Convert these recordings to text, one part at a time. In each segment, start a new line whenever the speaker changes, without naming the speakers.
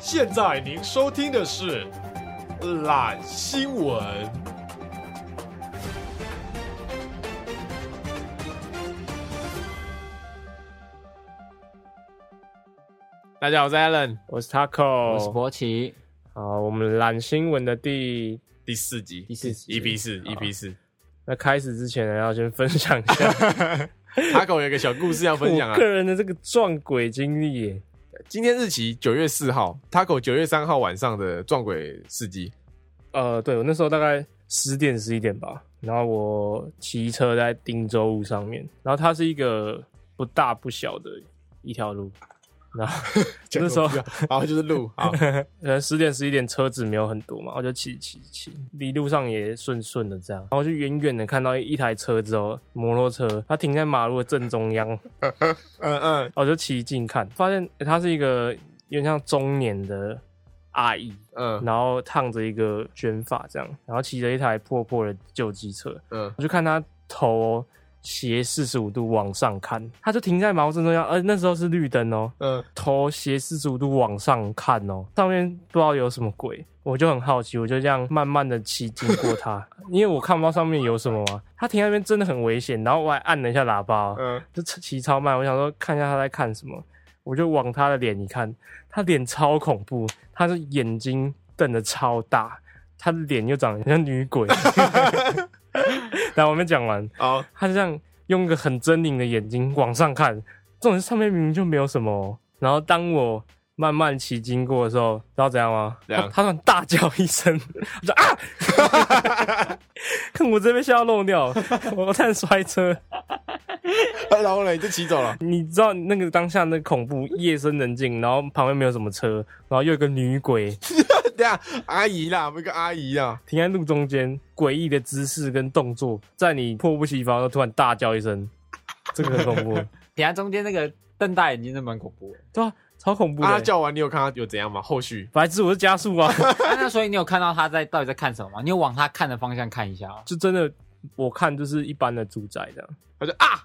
现在您收听的是懒新闻。
大家好，我是 Allen，
我是 Taco，
我是博奇，
好，我们懒新闻的第
第四集，
第四集
EP 四，EP 四。
那开始之前呢，要先分享一 下
哈狗有一个小故事要分享
我
啊
个。人的这个撞鬼经历耶。
今天日期九月四号，哈狗九月三号晚上的撞鬼事迹。
呃，对我那时候大概十点十一点吧，然后我骑车在汀州路上面，然后它是一个不大不小的一条路，然后 那时候
然后就是录， 好，
呃，十点十一点车子没有很多嘛，我就骑骑骑，一路上也顺顺的这样，然后就远远的看到一台车之后，摩托车它停在马路的正中央，
嗯嗯
哦我就骑近看，发现、欸她是一个有点像中年的阿姨，
嗯
然后烫着一个卷发这样，然后骑着一台破破的旧机车，
嗯，
我就看她头斜四十五度往上看，她就停在马路正中央，而、呃那时候是绿灯哦，
嗯，
头斜四十五度往上看哦，上面不知道有什么鬼，我就很好奇，我就这样慢慢的骑经过它， 因为我看不到上面有什么嘛。它停在那边真的很危险，然后我还按了一下喇叭哦、
嗯
就骑超慢，我想说看一下他在看什么，我就往他的脸一看，他脸超恐怖，他是眼睛瞪得超大，他的脸又长得像女鬼。 来，我们讲完，
好，
他就这样用一个很狰狞的眼睛往上看，这种上面明明就没有什么哦。然后当我慢慢骑经过的时候，知道怎样吗？
怎样
他他突然大叫一声，我说啊！ 看我这边吓到漏尿，我差点摔车。
然后呢，你就骑走哎了。
你知道那个当下那恐怖，夜深人静，然后旁边没有什么车，然后又有一个女鬼
对啊，阿姨啦，不是个阿姨啊，
停在路中间，诡异的姿势跟动作，在你迫不及防的突然大叫一声，这个很恐 怖，
等一下中间那个瞪大眼睛，那蛮恐怖的。
对啊，超恐怖的、
啊，她叫完你有看她有怎样吗？后续
白痴，我是加速啊，
啊那所以你有看到他在到底在看什么吗？你有往他看的方向看一下哦。
就真的我看就是一般的住宅这样。
她就啊，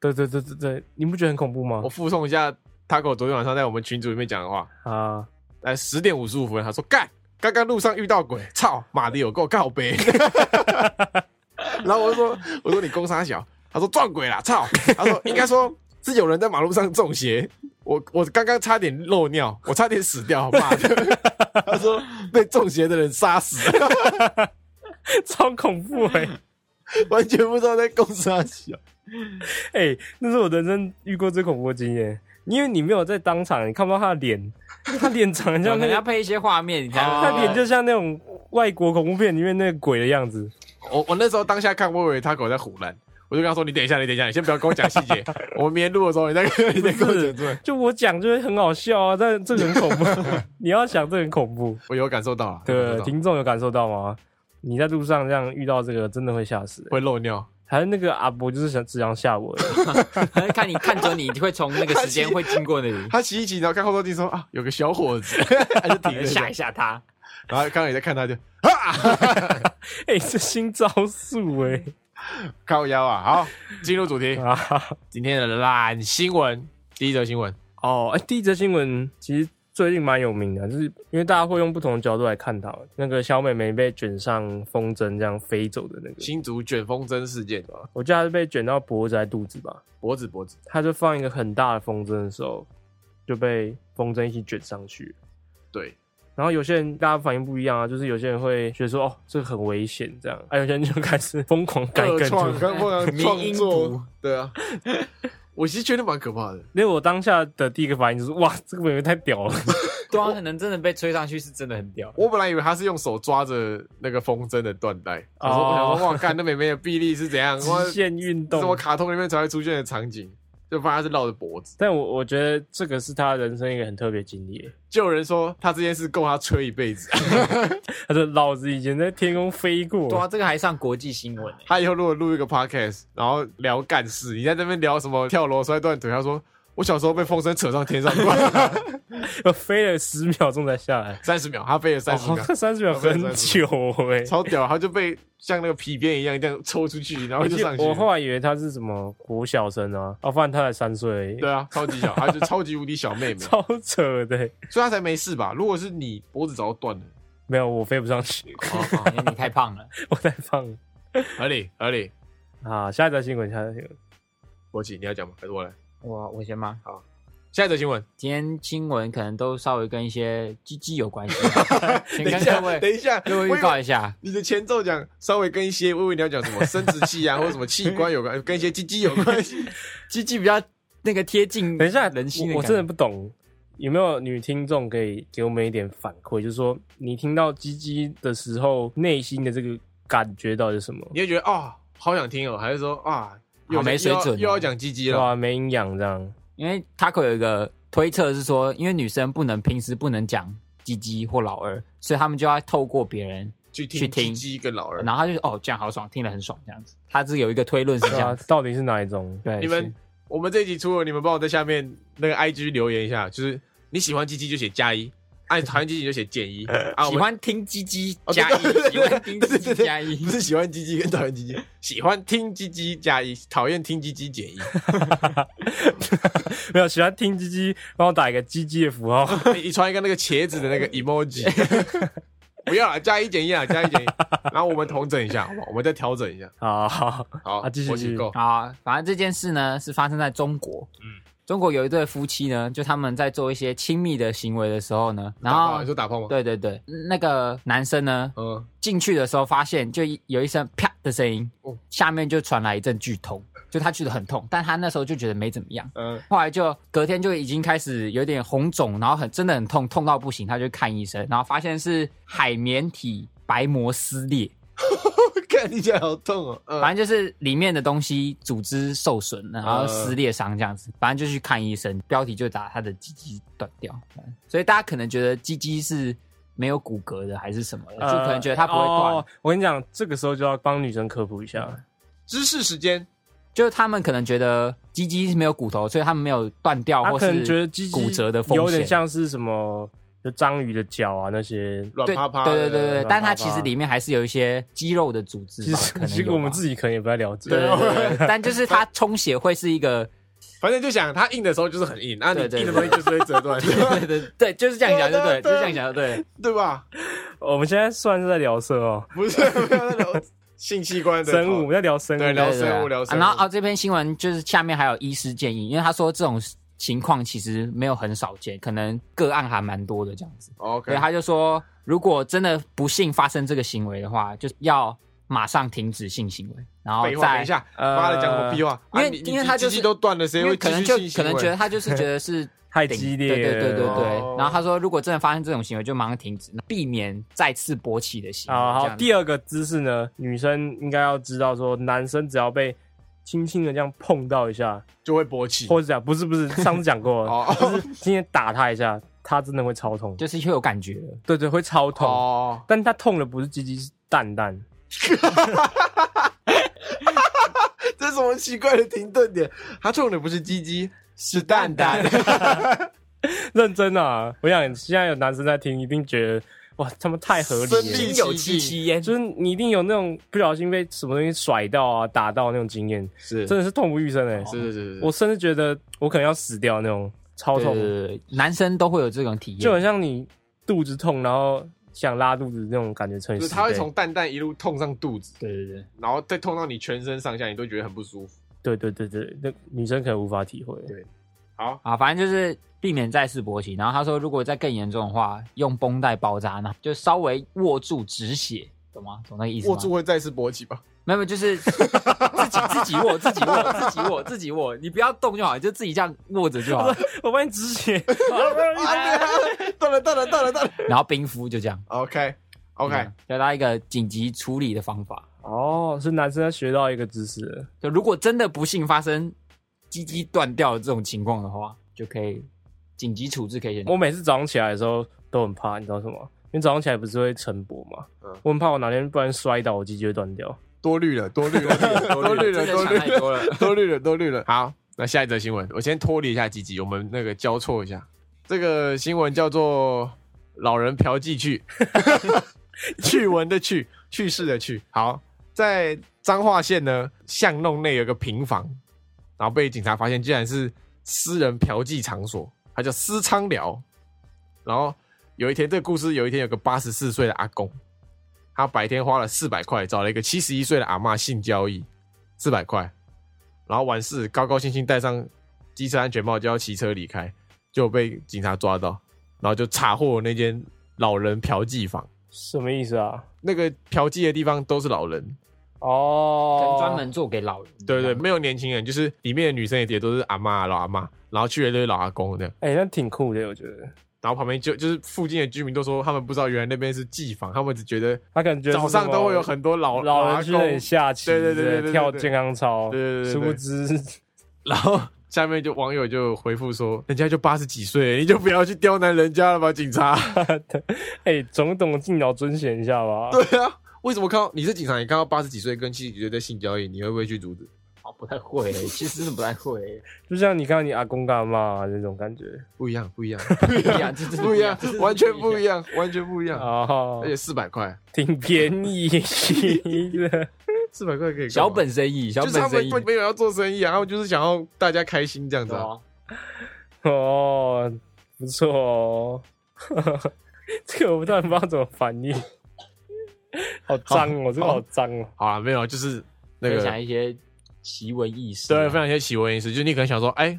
对对对对对，你不觉得很恐怖吗
我？附送一下 Taco 昨天晚上在我们群组里面讲的话。
啊，
来十点五十五分，他说干，刚刚路上遇到鬼，操，妈的有够告白。 然后我就说，我说你攻杀小，他说撞鬼啦，操，他说应该说是有人在马路上中邪，我我刚刚差点漏尿，我差点死掉，妈的。他说被中邪的人杀死，
超恐怖哎、
完全不知道在攻杀小。
哎、那是我人生遇过最恐怖的经验，因为你没有在当场，你看不到他的脸，他脸长得
可
哦像那
能
个
要配一些画面，你才
哦
他脸就像那种外国恐怖片里面那个鬼的样子。
我我那时候当下看，我以为他狗在胡乱，我就跟他说：“你等一下，你等一下，你先不要跟我讲细节，我们明天录的时候你再你再跟我讲出来。”
就我讲就会很好笑啊，但这个很恐 怖。你要想这个很恐怖，
我有感受到了，有感
对
受到
听众有感受到吗？你在路上这样遇到这个，真的会吓死、欸
会漏尿。
还是那个阿伯就是想只想 吓我而已，
看你看准你会从那个时间会经过那 里，
他骑一骑，然后看后照镜说啊，有个小伙子，他就停了下
吓
来
一，吓他。
然后刚刚也在看他就啊，
哎、这新招数哎、
靠腰啊。好，进入主题，
啊哈哈
今天的懒新闻，第一则新闻，
哦，哎、第一则新闻其实最近蛮有名的，就是因为大家会用不同的角度来看它。那个小美眉被卷上风筝这样飞走的那个，
新竹卷风筝事件啊，
我记得她是被卷到脖子还是肚子吧，
脖子脖子，
他就放一个很大的风筝的时候，就被风筝一起卷上去。
对，
然后有些人大家反应不一样啊，就是有些人会觉得说哦这个很危险这样， 还、有些人就开始疯狂改
二
梗
创
图。
跟或者
迷
创
因
作
图，
对啊，我其实觉得蛮可怕的。
因为我当下的第一个反应就是哇这个妹妹太 屌了，
对啊，可能真的被吹上去是真的很屌。
我本来以为他是用手抓着那个风筝的缎带，我
哦
说我想说哇，看那妹妹的臂力是怎 样，哇，
极限运
什么
动。
卡通里面才会出现的场景，就发现他是绕着脖子。
但我我觉得这个是他人生一个很特别经历，
就有人说他这件事够他吹一辈子，
他说老子以前在天空飞过，
对啊，这个还上国际新闻欸
他以后如果录一个 podcast，然后聊干事，你在那边聊什么跳楼摔断腿，他说我小时候被风筝扯上天上挂，
我飞了十秒钟才下来。哦
三十秒，他飞了三十秒，
三十秒很久哎、
超屌，他就被像那个皮鞭一样这样抽出去，然后
我
就
记
上去
我
了。
后来以为他是什么国小生啊，哦，发现他才三岁而已，
对啊，超级小，他就超级无敌小妹妹，
超扯的、
所以他才没事吧？如果是你脖子早就 断了，啊
没有，我飞不上去，
哦因为你太胖了。
我太胖了。
合理合理。
啊，下一则新闻，下一则新闻，
国旗你要讲吗？还是我来？
我我先吗？
下一则新闻，
今天新闻可能都稍微跟一些鸡鸡有关系，先
等一
跟
下，
各
等
位
一下，
各
我
位
以为
预告一下。
你的前奏讲稍微跟一些，我以为你要讲什么生殖器啊，或者什么器官有关，跟一些鸡鸡有关系。
鸡鸡比较那个贴近，
等一下，
人心的
我我
感
真嗯
觉
的不懂，有没有女听众可以给我们一点反馈？就是说，你听到鸡鸡的时候，内心的这个感觉到底是什么？
你会觉得哦，好想听哦，还是说啊，又
好没水准
又
哦
要又要讲鸡鸡
对
了？
啊，没营养这样。
因为 Taco 有一个推测是说，因为女生不能平时不能讲鸡鸡或老二，所以他们就要透过别人，
去听
去
鸡
听
鸡跟老人。
然后他就哦这样好爽，听得很爽这样子。他是有一个推论是这
对
样
啊
子，，
到底是哪一种？
对，
你们我们这一集出了，你们帮我在下面那个 IG 留言一下，就是你喜欢鸡鸡就写加一，啊，你讨厌鸡鸡就写减一，啊，我
是喜
们
欢听鸡鸡
哦
加一
对对，对
喜欢听鸡鸡加一
不，是喜欢鸡鸡跟讨厌鸡鸡，喜欢听鸡鸡加一，讨厌听鸡鸡减 一。
没有喜欢听鸡鸡，帮我打一个鸡鸡的 符号。
你你传一个那个茄子的那个 emoji，不 要了，加一减一啊，加一减一，然后我们统整一下，好不好？我们再调整一下。
好好好，
好，
啊继续
我
继续
请够。
啊，反正这件事呢是发生在中国。
嗯
嗯，中国有一对夫妻呢，就他们在做一些亲密的行为的时候呢，然
打炮
后
啊你说打炮吗？
对对对，那个男生呢
嗯，
进去的时候发现就有一声啪的声音
哦，
下面就传来一阵剧痛，就他觉得很痛，但他那时候就觉得没怎么样。
嗯
后来就隔天就已经开始有点红肿，然后很真的很痛，痛到不行，他就去看医生，然后发现是海绵体白膜撕裂，
我看你讲好痛哦。嗯，
反正就是里面的东西组织受损，然后撕裂伤这样子，反正就去看医生，标题就打他的鸡鸡断掉，所以大家可能觉得鸡鸡是没有骨骼的还是什么的，就可能觉得它不会断，
哦我跟你讲，这个时候就要帮女生科普一下，
知识时间，
就是他们可能觉得鸡鸡是没有骨头，所以他们没有断掉
她
或
啊可能
是
觉得鸡鸡
骨折的风险，
有点像是什么，就章鱼的脚啊那些。
软
对
趴趴
对
的。
对对对，
啪
但它其实里面还是有一些肌肉的组织
其
吧，
实
可能
其实
有
我们
吧
自己可能也不太了解。
对啊对对对对，但就是它充血会是一个，
反正就想它硬的时候就是很硬，那你
对对
硬的东
对
西就是会折断，
对对对，就是这样讲就
对对
对，
对
就是这样讲就对。
对吧？
我们现在算是在聊色哦，
不是，不要再 聊性器官的
生物，我们在聊生
对
物。
聊
对对对
生物聊生物
啊然后啊，这篇新闻就是下面还有医师建议，因为他说这种情况其实没有很少见，可能个案还蛮多的这样子。所
OK，
以他就说，如果真的不幸发生这个行为的话，就是要马上停止性行为，然后
废话，等
再
一下，
呃
妈的，讲什么屁话？
因为
啊你你
因为他就是
鸡鸡都断了，谁
因为
会
可
继
能
续
就
性
可
行
能觉得
为？
他就是觉得是
太
顶
激烈
对对对对对。
哦
然后他说，如果真的发生这种行为，就马上停止，避免再次勃起的行为。
啊，
这
好，
样子
第二个姿势呢，女生应该要知道说，男生只要被轻轻的这样碰到一下，
就会勃起。
或者讲不是不是，上次讲 过了，
哦
就是今天打他一下，他真的会超痛。
就是会有感觉了。
对对，会超痛。
哦，
但他痛的不是鸡鸡，是蛋蛋。
这什么奇怪的停顿点？他中的不是鸡鸡，是蛋蛋。
认真啊！我想现在有男生在听，一定觉得哇，他们太合理
生
了。
命
有戚戚焉，
就是你一定有那种不小心被什么东西甩到啊、打到那种经验，
是
真的是痛不欲生哎、
是是是是，
我甚至觉得我可能要死掉那种，超
对对
痛，
对对男生都会有这种体验，
就很像你肚子痛，然后想拉肚子那种感觉，乘以
就是
十
他会
倍。
从蛋蛋一路痛上肚子，
对对对。
然后再痛到你全身上下，你都觉得很不舒服。
对对对对，那女生可能无法体会。
好，
啊，反正就是避免再次勃起。然后他说，如果再更严重的话，用绷带包扎呢，就稍微握住止血，懂吗？懂那个意思吗？
握住会再次勃起吧？
没有，没有，就是自己自己握，自己握，自己握，自己握，你不要动就好，你就自己这样握着就好。
我帮你止 血，
断了断了断了断了。
然后冰敷就这样。嗯
OK OK，
教大家一个紧急处理的方法。
哦，是男生在学到一个知识了。
就如果真的不幸发生鸡鸡断掉的这种情况的话，就可以紧急处置，可以先。
我每次早上起来的时候都很怕，你知道什么？因为早上起来不是会晨勃嘛，
嗯
我很怕我哪天不然摔倒，我鸡鸡会断掉。
多虑了多虑了多虑了
真的
多
想
虑
太
了
多了。
多虑了多虑了。好，那下一则新闻，我先脱离一下鸡鸡，我们那个交错一下。这个新闻叫做“老人嫖妓 去”，趣闻的趣，去世的去。好，在彰化县呢，巷弄内有个平房，然后被警察发现，竟然是私人嫖妓场所，它叫私娼寮。然后有一天，这个故事有一天有个八十四岁的阿公，他白天花了四百块找了一个七十一岁的阿嬷性交易，四百块，然后完事高高兴兴戴上机车安全帽就要骑车离开，就被警察抓到，然后就查获那间老人嫖妓房，
什么意思啊？
那个嫖妓的地方都是老人，
哦，
专门做给老人。
对
嗯
对，没有年轻人，就是里面的女生也也都是阿嬷老阿嬷，然后去的都是老阿公这样。
哎、那挺酷的，我觉得。
然后旁边就就是附近的居民都说，他们不知道原来那边是妓房，他们只觉得
他感觉
早上都会有很多老
老
阿
人去那里
公，
下棋，
对对对对对对
跳健康操，
对对对对
殊不知
然后下面就网友就回复说，人家就八十几岁，你就不要去刁难人家了吧，警察。
哎、总懂敬老尊贤一下吧。
对啊，为什么看到你是警察，你看到八十几岁跟七十几岁在性交易，你会不会去阻止？
哦，不 太会，其实真的不太会，
就像你看到你阿公干嘛那种感觉
不一样，不一样，
不一样，哎这真的
不一样
这真，的
完全不
样
一样，完全不一样。
啊、
而且四百块，
挺便宜 的。
四百块可以干嘛
小本生意，小
就是他
本生
们
意
不，没有要做生意啊，他们就是想要大家开心这样子、
对
啊。
啊
哦，不错哦， 这个我突然不知道怎么反应， 好脏哦，这个好脏哦。
好啊，没有，就是那
分
个
享一些奇闻异事啊。
对，分享一些奇闻异事，就是你可能想说，哎、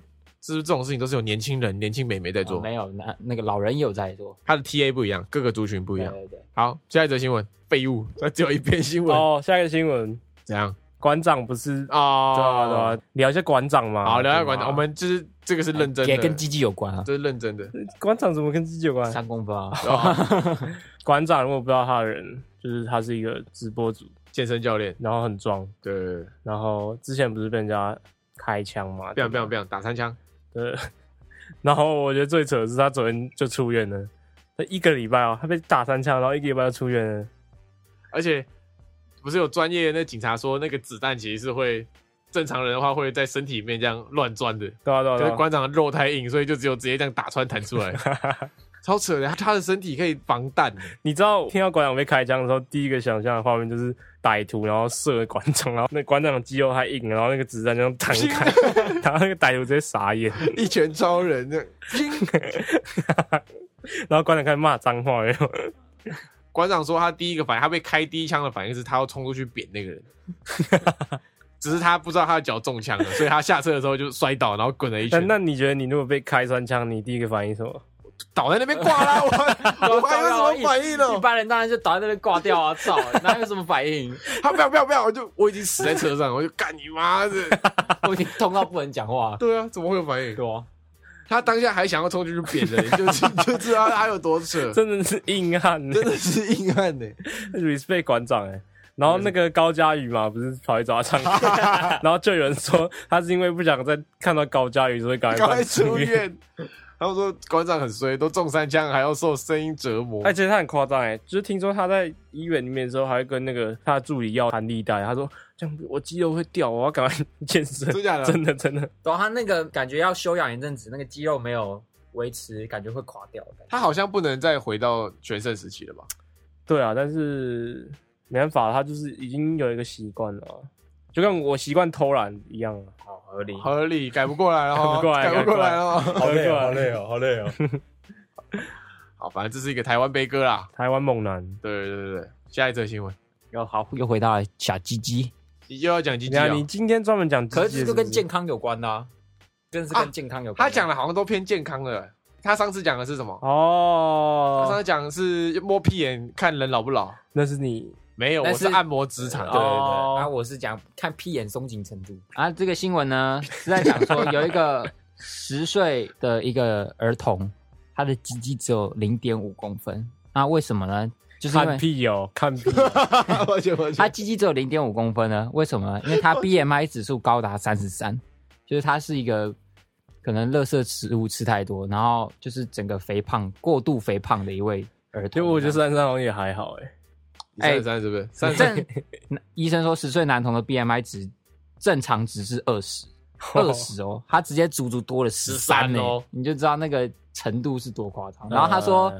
是不是这种事情都是有年轻人、年轻美眉在
哦
做？
没有，那那个老人也有在做，
他的 TA 不一样，各个族群不一样。
对对对，
好，下一则新闻，废物，那只有一篇新闻，
哦，下一个新闻，
怎样？
馆长不是
哦，
对啊对啊，聊一下馆长嘛。
好，聊一下
对
馆
嘛
长，我们就是这个是认真
也
的，
跟鸡鸡有关啊，
这是认真的。
馆长怎么跟自己有关？
三公分啊，
哦
馆长如果不知道他的人，就是他是一个直播主，
健身教练，
然后很壮，
对对，对
然后之前不是被人家开枪嘛？
不
对
想
吧
不想不想打三枪，
对， 然后我觉得最扯的是他昨天就出院了，他一个礼拜哦，他被打三枪，然后一个礼拜就出院了。
而且不是有专业的那警察说，那个子弹其实是会正常人的话会在身体里面这样乱钻的，
对啊对啊
可
对
是
啊
馆长的肉太硬，所以就只有直接这样打穿弹出 来，超扯的。他他的身体可以防弹，
你知道听到馆长被开枪的时候，第一个想象的画面就是歹徒然后射馆长，然后那馆长的肌肉还硬，然后那个子弹就这样弹开，然后那个歹徒直接傻眼，
一拳超人这样。砰
然后馆长开始骂脏话，然后
馆长说他第一个反应，他被开第一枪的反应是他要冲出去扁那 个人，只是他不知道他的脚中枪了，所以他下车的时候就摔倒，然后滚了一
那
圈，
那你觉得你如果被开三枪，你第一个反应什么？
倒在那边挂 啦。我我还有什么 反应啊呢？
一般人当然就倒在那边挂掉啊，操， 哪有什么反应？
他不要不要不要，我就我已经死在车 上，我就干你妈的！，
我已经痛到不能讲话
对啊，怎么会有反应？
对啊，
他当下还想要冲进去扁人， 你就你就知道他有多扯，
真的是硬汉、
真的是硬汉 呢、
respect 馆长哎、然后那个高佳宇嘛，不是跑去找他唱 歌，然后就有人说他是因为不想再看到高佳宇，所以赶快
赶
搬
快出
院。
院。他们说馆长很衰，都中三枪还要受声音折磨。
而且他很夸张哎，就是听说他在医院里面的时候，还会跟那个他的助理要弹力带，他说这样我肌肉会掉，我要赶快 健身。
真假的啊
真的真的，
然啊后他那个感觉要休养一阵子，那个肌肉没有维持，感觉会垮掉的感觉。
他好像不能再回到全盛时期了吧？
对啊，但是没办法，他就是已经有一个习惯了啊、就跟我习惯偷懒一样啊。
好合理，
合理，嗯改不过来了哦，
改不过来
改不过来了哦。
好累啊好
累哦，好累哦。
好，反正这是一个台湾悲歌啦。
台湾猛男，
对对对对，下一则新闻，
又好又回到了小鸡鸡，
你又要讲鸡
你
鸡
看
啊？
你今天专门讲鸡鸡
可
的
是
是
这
不
个
是，
跟健康有关的、啊，真的是
啊
跟健康有关、
他讲的好像都偏健康的。他上次讲的是什么？他上
哦，
次讲的是摸屁眼看人老不老，
那是你
没有，
但
我是
是
按摩职场。
对对对，
哦
啊，我是讲看屁眼松紧程度啊。这个新闻呢是在讲说有一个 十岁的一个儿童，他的鸡鸡只有零点五公分，那为什么呢？就是因
看
为
屁哦，看 屁。
我觉得我觉
他
得
鸡鸡只有零点五公分呢，为什么呢？因为他 BMI 指数高达三十三，就是他是一个可能垃圾食物吃太多，然后就是整个肥胖、过度肥胖的一位儿童。
就我觉得三三好像也还好哎、
三十三是不是？三十
正医生说，十岁男童的 BMI 值正常值是二十，二十哦，他直接足足多了十三呢
13哦，
你就知道那个程度是多夸张。然后他说，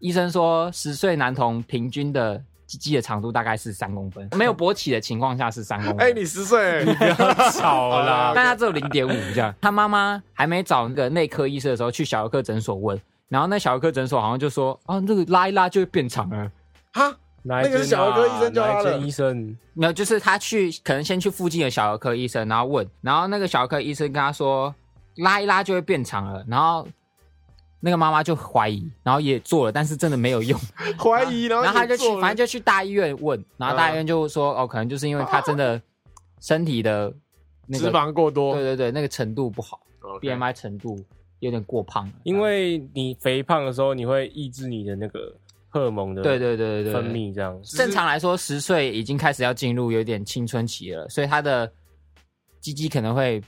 医生说十岁男童平均的鸡鸡的长度大概是三公分，没有勃起的情况下是三公分。
哎， 你十岁，
不要吵啦，
但他只有零点五这样。他妈妈还没找那个内科医师的时候，去小儿科诊所问，然后那小儿科诊所好像就说，啊，这个拉一拉就会变长了。
哈，
哪一
那个是
间
小儿科
啊
医生教
哪一
他
间
的
医生
没有，就是他去可能先去附近的小儿科医生，然后问，然后那个小儿科医生跟他说，拉一拉就会变长了，然后。那个妈妈就怀疑，然后也做了，但是真的没有用。
怀疑，然后
然后他就去
也做，了
反正就去大医院问，然后大医院就说，哦，可能就是因为他真的身体的那
脂
个，
肪过
对
多
对对，那个程度不好。BMI 程度有点过胖了，
因为你肥胖的时候，你会抑制你的那个荷尔蒙的
对对对对对
分。泌，这样
正常来说，十岁已经开始要进入有点青春期了，所以他的鸡鸡可能会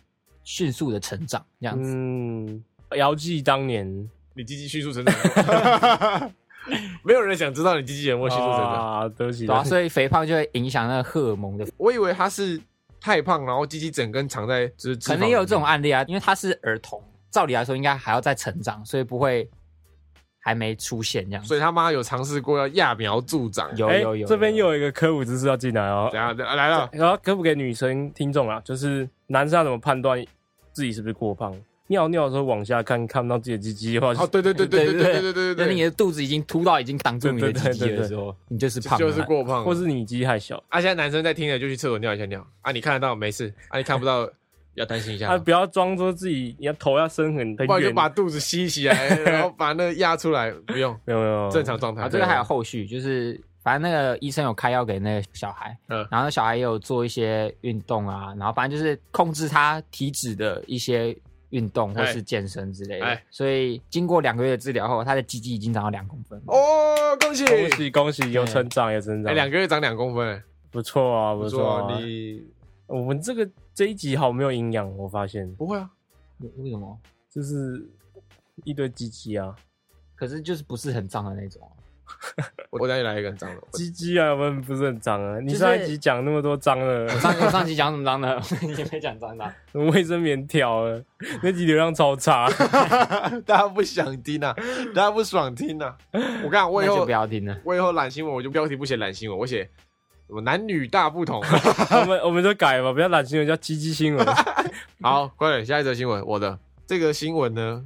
迅速的成长，这样子。
嗯，姚记当年
你鸡鸡迅速成长， 没有人想知道你鸡鸡有没有迅速成长。
啊，对不起，
对啊，所以肥胖就会影响那个荷尔蒙的，
我以为他是太胖，然后鸡鸡整根藏在就是脂肪
可能也有这种案例啊，因为他是儿童，照理来说应该还要再成长，所以不会还没出现这样
里面，
子。
所以他妈有尝试过要揠苗助长。
有
哎
有有，
这边又有一个科普知识要进来哦
等。一下等一下来了，
然后科普给女生听众啊，就是男生要怎么判断自己是不是过胖？尿尿的时候往下看，看不到自己的鸡鸡的话，
哦，对对对对对对对对对
那你
对，
的肚子已经凸到已经挡住你的
对对对
鸡鸡
对
的
对
时候，你就是
就
胖了，
就是过胖了。
或是你鸡还小，
啊，现在男生在听了就去厕所尿一下尿啊，你看得到没事啊，你看不到 要担心一下
啊，，不要装作自己，你要头要伸很很
不然就
远，
把肚子吸起来，然后把那个压出来，不用
没有没有
正常状态
啊，。这个还有后续，就是反正那个医生有开药给那个小孩，
嗯
然后那小孩也有做一些运动啊，然后反正就是控制他体脂的一些运动或
哎
是健身之类的。
哎
所以经过两个月的治疗后，他的鸡鸡已经长到两公分。
哦，恭喜！
恭喜恭喜，有成长有成
哎，
长，
两个月长两公分，
不错啊
不
不错
错，
啊。
你
我们这个这一集好没有营养，我发现
不会啊？
为为什么？
就是一堆鸡鸡啊，
可是就是不是很胀的那种啊。
我我再来一个很脏的，我
鸡鸡啊，我们不是很脏啊。你
就是
上一集讲那么多脏的，
我上我上期讲怎么脏的？你没讲脏的啊。
卫生棉条了，那集流量超差。
大家不想听啊，大家不爽听啊。我看我以
那就
后
不要听了。
我以后懒新闻，我就标题不写懒新闻，我写什么男女大不同。
我们我们就改吧，不要懒新闻，叫鸡鸡新闻。
好，快点，下一则新闻，我的这个新闻呢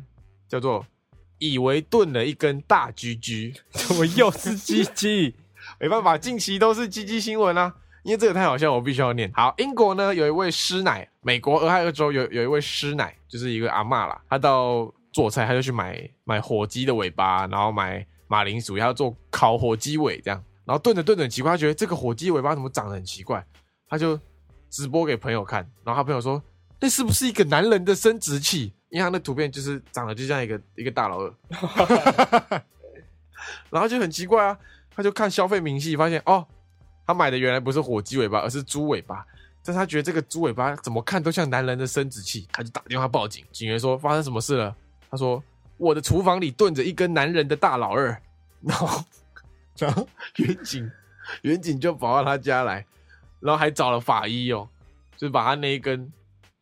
叫做“以为炖了一根大居居
怎么又是鸡鸡？”，
没办法，近期都是鸡鸡新闻啊。因为这个太好笑，我必须要念。好，英国呢有一位师奶，美国俄亥俄州有有一位师奶，就是一个阿嬷啦，她到做菜，她就去买买火鸡的尾巴，然后买马铃薯，然后做烤火鸡尾这样，然后炖着炖着很奇怪，她觉得这个火鸡尾巴怎么长得很奇怪，她就直播给朋友看，然后她朋友说那是不是一个男人的生殖器？因为他那图片就是长得就像一个一个大老二， 然后就很奇怪啊，他就看消费明细，发现哦，他买的原来不是火鸡尾巴，而是猪尾巴。但是他觉得这个猪尾巴怎么看都像男人的生殖器，他就打电话报警。警员说发生什么事了？他说我的厨房里炖着一根男人的大老二。然后，然后远景远景就跑到他家来，然后还找了法医哦，就是把他那一根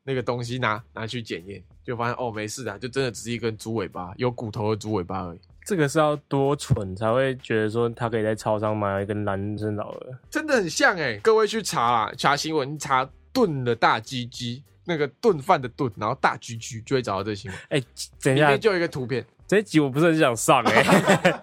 那个东西拿拿去检验，就发现哦没事的，就真的只是一根猪尾巴，有骨头的猪尾巴而已。
这个是要多蠢才会觉得说他可以在超商买到一根男生老二？
真的很像哎、各位去查啦，查新闻，你查炖的大鸡鸡，那个炖饭的炖，然后大鸡鸡就会找到这新闻，
哎、等一
里
下
面，就有一个图片，
这一集我不是很想上哎、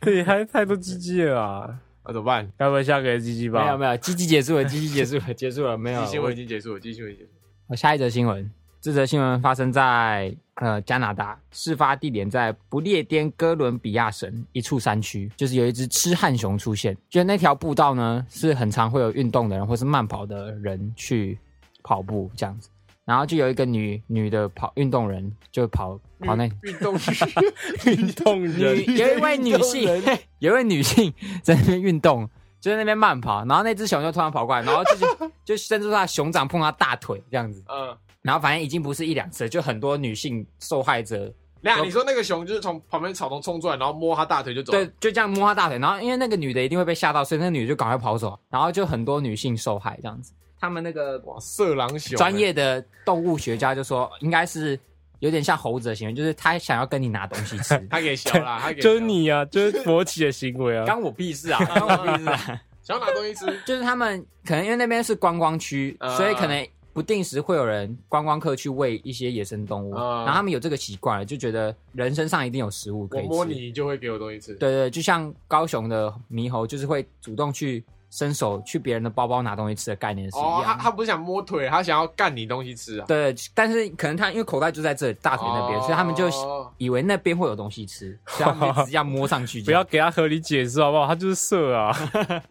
对，还太多鸡鸡了啊！
啊，怎么办？
该不会下个月鸡鸡吧？
没有没有，鸡鸡结束了，鸡鸡结束了，结束了，没有
鸡。新闻
我
已经结束了，鸡新闻已经结束了。
好，呃下一则新闻，这则新闻发生在呃加拿大，事发地点在不列颠哥伦比亚省一处山区，就是有一只痴汉熊出现。就那条步道呢，是很常会有运动的人或是慢跑的人去跑步这样子，然后就有一个女女的跑运动人就跑跑那
运动
运动人
女有一位女性，有一位女性 在那边运动，就在那边慢跑，然后那只熊就突然跑过来，然后就就就伸出它的熊掌碰它大腿这样子，
嗯，
然后反正已经不是一两次了，就很多女性受害者，
那你说那个熊就是从旁边草丛冲出来，然后摸它大腿就走了，
对，就这样摸她大腿，然后因为那个女的一定会被吓到，所以那个女的就赶快跑走，然后就很多女性受害这样子。他们那个
哇，色狼熊欸
专业的动物学家就说，应该是有点像猴子的行为，就是他想要跟你拿东西
。
吃
他给小啦，他给
就是
小
你啊，就是勃起的行为啊。
干我 屁事啊！干我屁事 啊！
想要拿东西吃，
就是他们可能因为那边是观光区，
嗯
所以可能不定时会有人观光客去喂一些野生动物，
嗯
然后他们有这个习惯了，就觉得人身上一定有食物可
我
以
摸
吃。
你就会给我东西吃。
对对，就像高雄的猕猴，就是会主动去伸手去别人的包包拿东西吃的概念是一
哦，他
样的。
他不是想摸腿，他想要干你东西吃啊。
对，但是可能他因为口袋就在这里大腿那边，所以他们就
哦
以为那边会有东西吃，所以他们就直接这样摸 上 去
不
这
要
样。
给他合理解释好不好？他就是色 啊！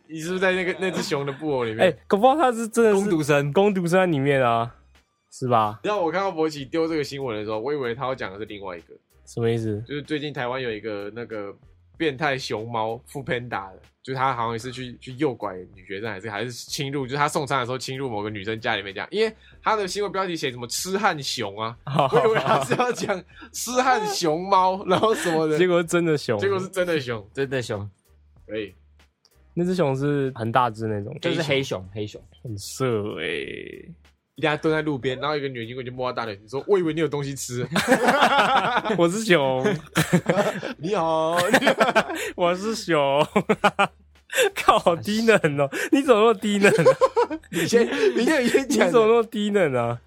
你是不是在那个那只熊的布偶里
哎、
面？
搞不好他是真的是
攻读生，
攻读生在里面啊，是吧？
你知道我看到博奇丢这个新闻的时候，我以为他要讲的是另外一个，
什么意思？
就是最近台湾有一个那个变态熊猫富 Panda 的，就是他好像也是去去诱拐女学生，还是还是侵入，就是他送餐的时候侵入某个女生家里面这样。因为他的新闻标题写什么“痴汉熊” 啊，我以为他是要讲痴汉熊猫，然后什么的，
结果是真的熊，啊
结果是真的熊，哎
真的熊，
可以。
那只熊是很大只那种，
就是黑熊，黑熊。
很色哎、
一家蹲在路边，然后一个女经过就摸到大腿，你说我以为你有东西吃，
我是熊，
你好，
我是熊， 靠，好低能哦！你怎么那么低能、啊？
你先你先你先
你怎
讲
么，那么低能啊？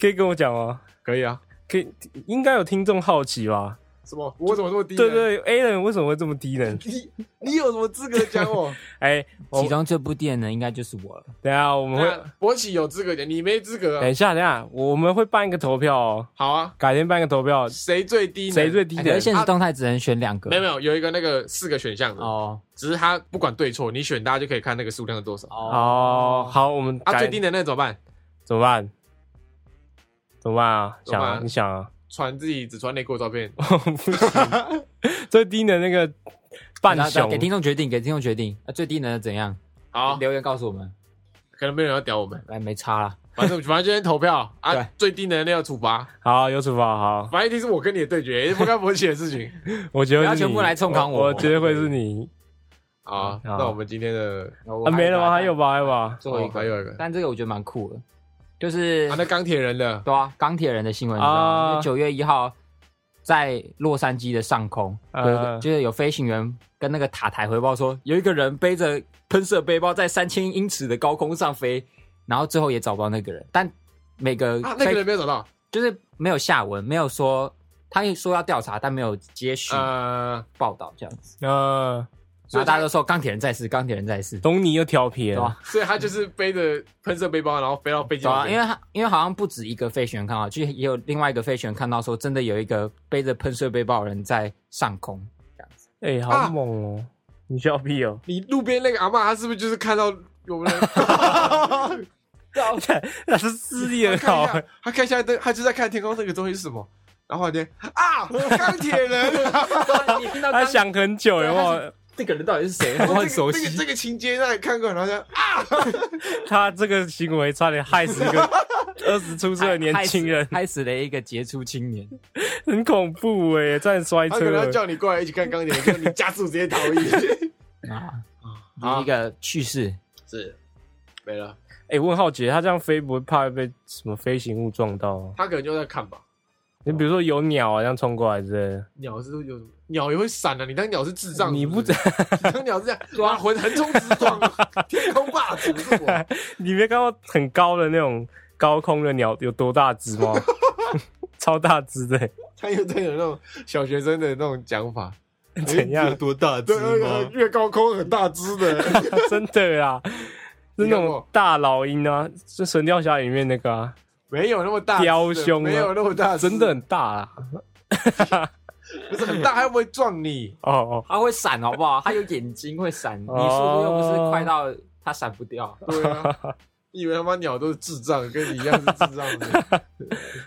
可以跟我讲吗？
可以啊？
可以，应该有听众好奇吧？
什么？我怎么这么低？
对，对，A 人为什么会这么低能？
你你有什么资格讲我？
哎、我
其中这部电影呢，应该就是我了。
等一下我们会、
那呃博奇有资格讲，你没资格
等
啊。
一下，等一下，我们会办一个投票哦，
好啊，
改天办一个投票，
谁最低呢？
谁最低
哎可
能
是？现实动态只能选两个。
没有没有，有一个那个四个选项的，
哦
只是他不管对错，你选大家就可以看那个数量是多少。
哦，好，我们
啊，
改
最低的那个怎么办？
怎么办？怎么办啊？
怎么
想
办
啊，你想啊，
传自己只传内裤的照 片，
最低的那个半
那那
熊
给，听众决定，给听众决定。那最低能的怎样？
好，
留言告诉我们。
可能没有人要屌我们，
哎，没差啦。
反正反正今天投票啊
对，
最低的那要处罚，
好，有处罚，好，
反正一定是我跟你的对决，也是不干博奇的事情。
我觉得
不要
是你
全部来冲康我
我觉得会是你
好啊，
好
那我们今天的
我
啊，没了吗？还有
吧？
吧，还有吧，
哦最后一
哦还
个，
有一个，啊，
但这个我觉得蛮酷的，就是
那钢铁人的
对啊，钢铁人的新闻
啊
啊，九月一号在洛杉矶的上空，
呃
有就是有飞行员跟那个塔台回报说，有一个人背着喷射背包在三千英尺的高空上飞，然后最后也找不到那个人，但每个
啊，那个
飞
人没有找到，
就是没有下文，没有说他一说要调查，但没有接续
呃，
报道这样子，
呃，
所以
然后
他
大家都说钢铁人在世，钢铁人在世，
东尼又调皮
对
了
吧，？
所以他就是背着喷射背包，然后飞到飞机
对
旁
啊，
边，
因为他因为好像不止一个飞行员看到，就也有另外一个飞行员看到说，真的有一个背着喷射背包的人在上空这样子。
哎，好猛哦！你笑屁哦！
你路边那个阿嬷，她是不是就是看到我 们的？
那是视力很
看一
好，
下，她看一下灯，她就在看天空那个东西是什么，然后 呢，啊，钢铁人，
你听到
他想很久，有没有？
这个人到底是谁？
这
我
个
很熟悉
这。个这个情节那里看过，然后就啊，
他这个行为差点害 死一个二十出头的年轻人，
害死了一个杰出青年。
很恐怖哎，差点摔
她啊可能
车
要。叫你过来一起看钢铁人，结果你加速直接逃逸，
啊，
好
一个趣事。
是没了，
哎，问浩杰，他这样飞不会怕会被什么飞行物撞到啊？
他可能就在看吧。
你比如说有鸟啊，这样冲过来之类的。
鸟是有什么鸟也会闪啊！你当鸟是智障？
你
是
不
不是你当鸟是这 样，抓魂横冲直撞，天空霸主是我。
你没看到很高的那种高空的鸟有多大只 吗？超大只的、欸
他又在有那种小学生的那种讲法，哎
怎样？
多大只
对，那个越高空很大只的，
真的啦，是那
你看
种
过
大老鹰啊，是《神雕侠》里面那个啊，
没有那么大只的，
雕兄啊
没有那么大只，
真的很大啊啦。
不是很大，还不会撞你。
哦哦，
他会闪，好不好？他有眼睛会闪，你速
哦
度又不是快到他闪不掉。
对啊，你以为他妈鸟都是智障，跟你一样是智障的。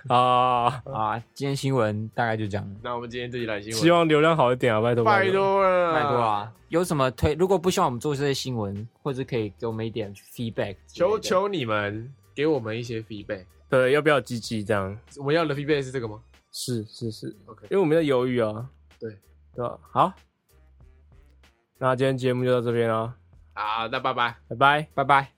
啊，
啊，今天新闻大概就这样。
那我们今天这集来新闻，
希望流量好一点啊，拜托
拜，托了，
拜托，啊，有什么推？如果不希望我们做这些新闻，或者可以给我们一点 feedback，之类
求
的
求你们给我们一些 feedback。
对，要不要鸡鸡这样？
我们要的 feedback 是这个吗
是是是，因
？OK，
为我们在犹豫啊。
对
对吧？好，那今天节目就到这边了，啊
好，那拜拜。
拜拜。
拜拜。